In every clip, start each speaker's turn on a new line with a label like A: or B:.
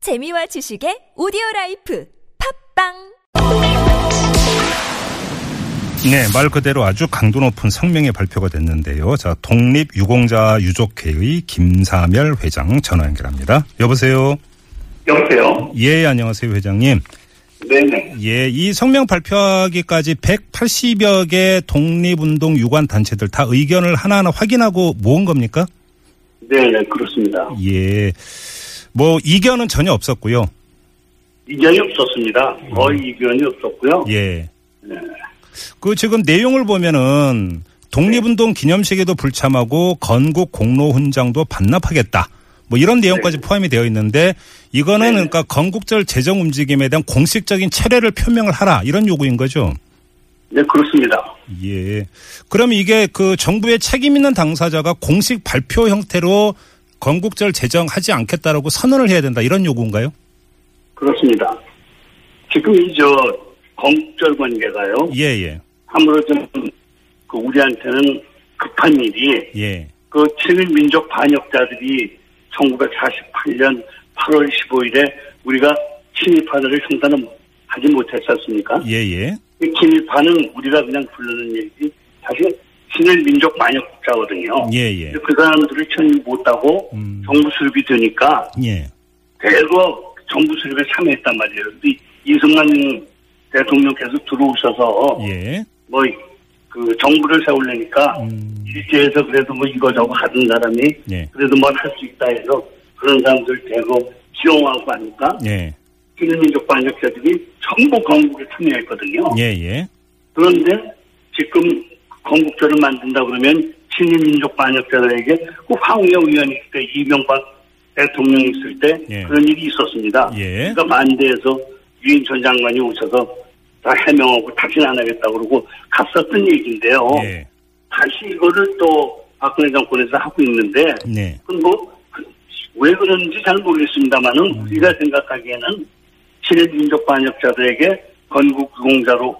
A: 재미와 지식의 오디오 라이프 팝빵
B: 네, 말 그대로 아주 강도 높은 성명의 발표가 됐는데요. 자, 독립 유공자 유족회의 김사멸 회장 전화 연결합니다. 여보세요.
C: 여보세요?
B: 예, 안녕하세요, 회장님.
C: 네네.
B: 예, 이 성명 발표하기까지 180여 개 독립운동 유관 단체들 다 의견을 하나하나 확인하고 모은 겁니까?
C: 네네, 그렇습니다.
B: 예. 뭐 이견은 전혀 없었고요.
C: 이견이 없었습니다. 거의 이견이 없었고요. 네.
B: 예. 그 지금 내용을 보면은 독립운동 기념식에도 불참하고 건국 공로 훈장도 반납하겠다. 뭐 이런 내용까지 포함이 되어 있는데 이거는 그러니까 건국절 재정 움직임에 대한 공식적인 철회를 표명을 하라 이런 요구인 거죠.
C: 네, 그렇습니다.
B: 예. 그럼 이게 그 정부의 책임 있는 당사자가 공식 발표 형태로 건국절 재정하지 않겠다라고 선언을 해야 된다 이런 요구인가요?
C: 그렇습니다. 지금 이 저 건국절 관계가요.
B: 예, 예.
C: 아무래도 좀그 우리한테는 급한 일이
B: 예.
C: 그 친일민족 반역자들이 1948년 8월 15일에 우리가 친일파들을 상단은 하지 못했지 않습니까?
B: 예, 예.
C: 이 친일파는 우리가 그냥 부르는 얘기지 사실 친일민족 반역자거든요.
B: 예, 예.
C: 그 사람들을 천일 못하고
B: 음.
C: 정부 수립이 되니까
B: 예.
C: 대거 정부 수립에 참여했단 말이에요. 근데 이승만 대통령께서 들어오셔서
B: 예.
C: 뭐 그 정부를 세우려니까
B: 음.
C: 일제에서 그래도 뭐 이거저거 하던 사람이
B: 예.
C: 그래도 뭘 할 수 있다 해서 그런 사람들 대거 지용하고 하니까
B: 예.
C: 친일민족 반역자들이 전부 건국에 참여했거든요.
B: 예, 예.
C: 그런데 지금 건국절을 만든다 그러면 친일민족 반역자들에게 그 황우여 의원이 그때 이명박 대통령 이 있을 때
B: 예.
C: 그런 일이 있었습니다.
B: 예.
C: 그러니까 반대해서 유인 전 장관이 오셔서 다 해명하고 다신 안 하겠다 그러고 갔었던 얘기인데요.
B: 예.
C: 다시 이거를 또 박근혜 정권에서 하고 있는데
B: 네.
C: 그건 뭐, 그, 왜 그런지 잘 모르겠습니다만은,
B: 음.
C: 우리가 생각하기에는, 친일민족 반역자들에게 건국 유공자로,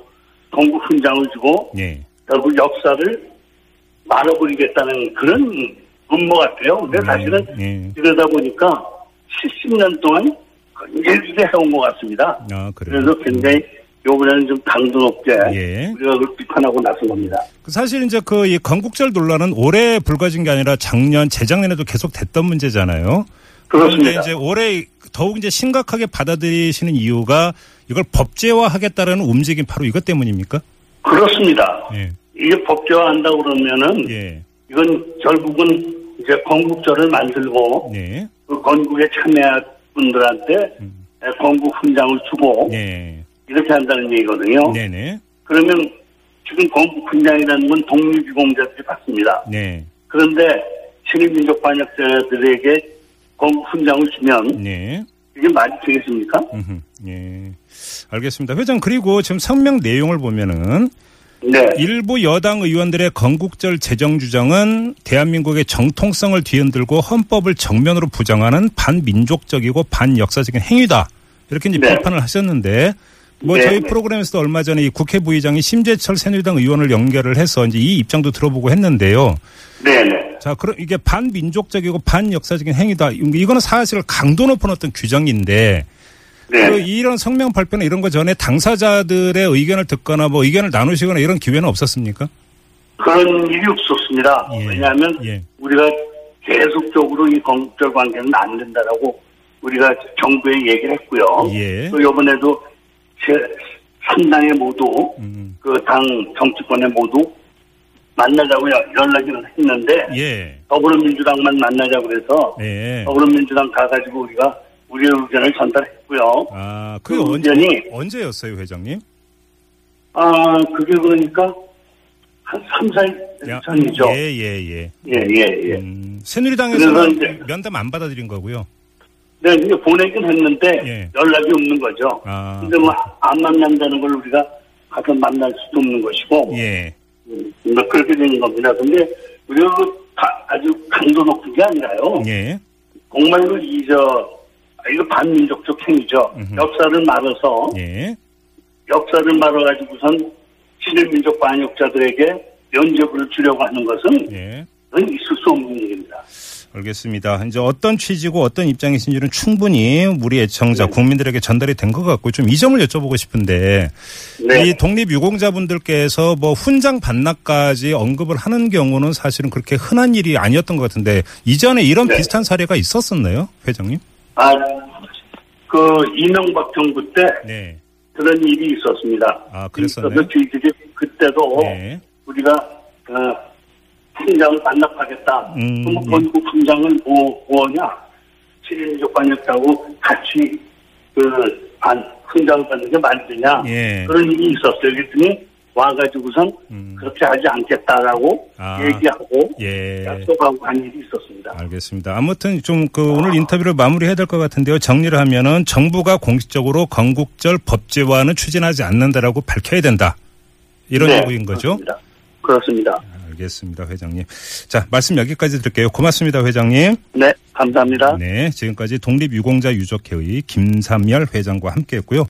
C: 건국 훈장을 주고,
B: 예.
C: 결국 역사를 말아버리겠다는 그런 음모 같아요. 근데 네, 사실은,
B: 예.
C: 이러다 보니까, 70년 동안 일주일에 해온 것 같습니다.
B: 아, 그래요.
C: 그래서 굉장히, 요번에는 좀 강도 높게,
B: 예.
C: 우리가 그걸 비판하고 나선 겁니다.
B: 그 사실 이제 그 이 건국절 논란은 올해 불거진 게 아니라 작년, 재작년에도 계속 됐던 문제잖아요. 그런데
C: 그렇습니다.
B: 이제 올해 더욱 이제 심각하게 받아들이시는 이유가 이걸 법제화하겠다라는 움직임 바로 이것 때문입니까?
C: 그렇습니다.
B: 예.
C: 이게 법제화한다 그러면은,
B: 예.
C: 이건 결국은 이제 건국절을 만들고
B: 네.
C: 그 건국에 참여한 분들한테 건국 훈장을 주고
B: 음. 네.
C: 이렇게 한다는 얘기거든요.
B: 네네.
C: 그러면 지금 건국 훈장이라는 건 독립유공자들이 받습니다.
B: 네.
C: 그런데 친일민족 반역자들에게 건국 훈장을 주면
B: 네.
C: 이게 말이 되겠습니까?
B: 음흠. 예. 알겠습니다. 회장 그리고 지금 성명 내용을 보면은
C: 네.
B: 일부 여당 의원들의 건국절 재정 주장은 대한민국의 정통성을 뒤흔들고 헌법을 정면으로 부정하는 반민족적이고 반역사적인 행위다. 이렇게 이제
C: 네.
B: 비판을 하셨는데 뭐
C: 네,
B: 저희
C: 네.
B: 프로그램에서도 얼마 전에 이 국회 부의장이 심재철 새누리당 의원을 연결을 해서 이제 이 입장도 들어보고 했는데요.
C: 네네.
B: 자, 그럼 이게 반민족적이고 반역사적인 행위다. 이거는 사실 강도 높은 어떤 규정인데 그
C: 네.
B: 이런 성명 발표나 이런 거 전에 당사자들의 의견을 듣거나 뭐 의견을 나누시거나 이런 기회는 없었습니까?
C: 그런 일이 없었습니다.
B: 예.
C: 왜냐하면
B: 예.
C: 우리가 계속적으로 이 건국절 관계는 안 된다라고 우리가 정부에 얘기를 했고요.
B: 예.
C: 또 이번에도 제 3당에 모두
B: 음.
C: 그 당 정치권에 모두 만나자고 연- 연락을 했는데
B: 예.
C: 더불어민주당만 만나자고 해서
B: 예.
C: 더불어민주당 가가지고 우리가 우리의 의견을 전달했고요.
B: 아, 그게
C: 그
B: 언제,
C: 의견이
B: 언제였어요, 회장님?
C: 아 그게 그러니까 한 3, 4일
B: 야,
C: 전이죠.
B: 예, 예, 예.
C: 예, 예, 예.
B: 음, 새누리당에서는
C: 그래서 이제-
B: 면담 안 받아들인 거고요.
C: 네, 이제 보내긴 했는데
B: 예.
C: 연락이 없는 거죠.
B: 아.
C: 근데 뭐 안 만난다는 걸 우리가 가서 만날 수도 없는 것이고
B: 예.
C: 음, 뭐 그렇게 되는 겁니다. 근데 우리가 그 가- 아주 강도 높은 게 아니라요.
B: 예.
C: 정말로 이저 아, 이거 반민족적 행위죠.
B: 음흠.
C: 역사를 말아서
B: 예.
C: 역사를 말아가지고선 친일민족 반역자들에게 면접을 주려고 하는 것은
B: 예.
C: 그건 있을 수 없는 일입니다.
B: 알겠습니다. 이제 어떤 취지고 어떤 입장이신지는 충분히 우리
C: 네.
B: 애청자 국민들에게 전달이 된 것 같고 좀 이 점을 여쭤보고 싶은데
C: 네.
B: 이 독립유공자분들께서 뭐 훈장 반납까지 언급을 하는 경우는 사실은 그렇게 흔한 일이 아니었던 것 같은데 이전에 이런
C: 네.
B: 비슷한 사례가 있었었나요, 회장님?
C: 아, 그 이명박 정부 때
B: 네.
C: 그런 일이 있었습니다.
B: 아, 그랬었나요?
C: 있어서 저희들이 그때도
B: 네.
C: 우리가 어, 풍장을 반납하겠다.
B: 음,
C: 그럼
B: 음.
C: 건국 풍장을 뭐, 뭐냐? 친인족 반역자하고 같이 그 반, 풍장을 받는 게 맞느냐?
B: 예.
C: 그런 일이 있었어요. 그랬더니 와가지고선
B: 음.
C: 그렇게 하지 않겠다라고
B: 아.
C: 얘기하고
B: 예. 아,
C: 약속하고 한 일이 있었습니다.
B: 알겠습니다. 아무튼 좀 그 오늘 인터뷰를 마무리해야 될 것 같은데요. 정리를 하면은 정부가 공식적으로 건국절 법제화는 추진하지 않는다라고 밝혀야 된다. 이런
C: 네,
B: 요구인 거죠?
C: 그렇습니다. 그렇습니다.
B: 알겠습니다, 회장님. 자, 말씀 여기까지 드릴게요. 고맙습니다, 회장님.
C: 네, 감사합니다.
B: 네, 지금까지 독립유공자 유족회의 김삼열 회장과 함께했고요.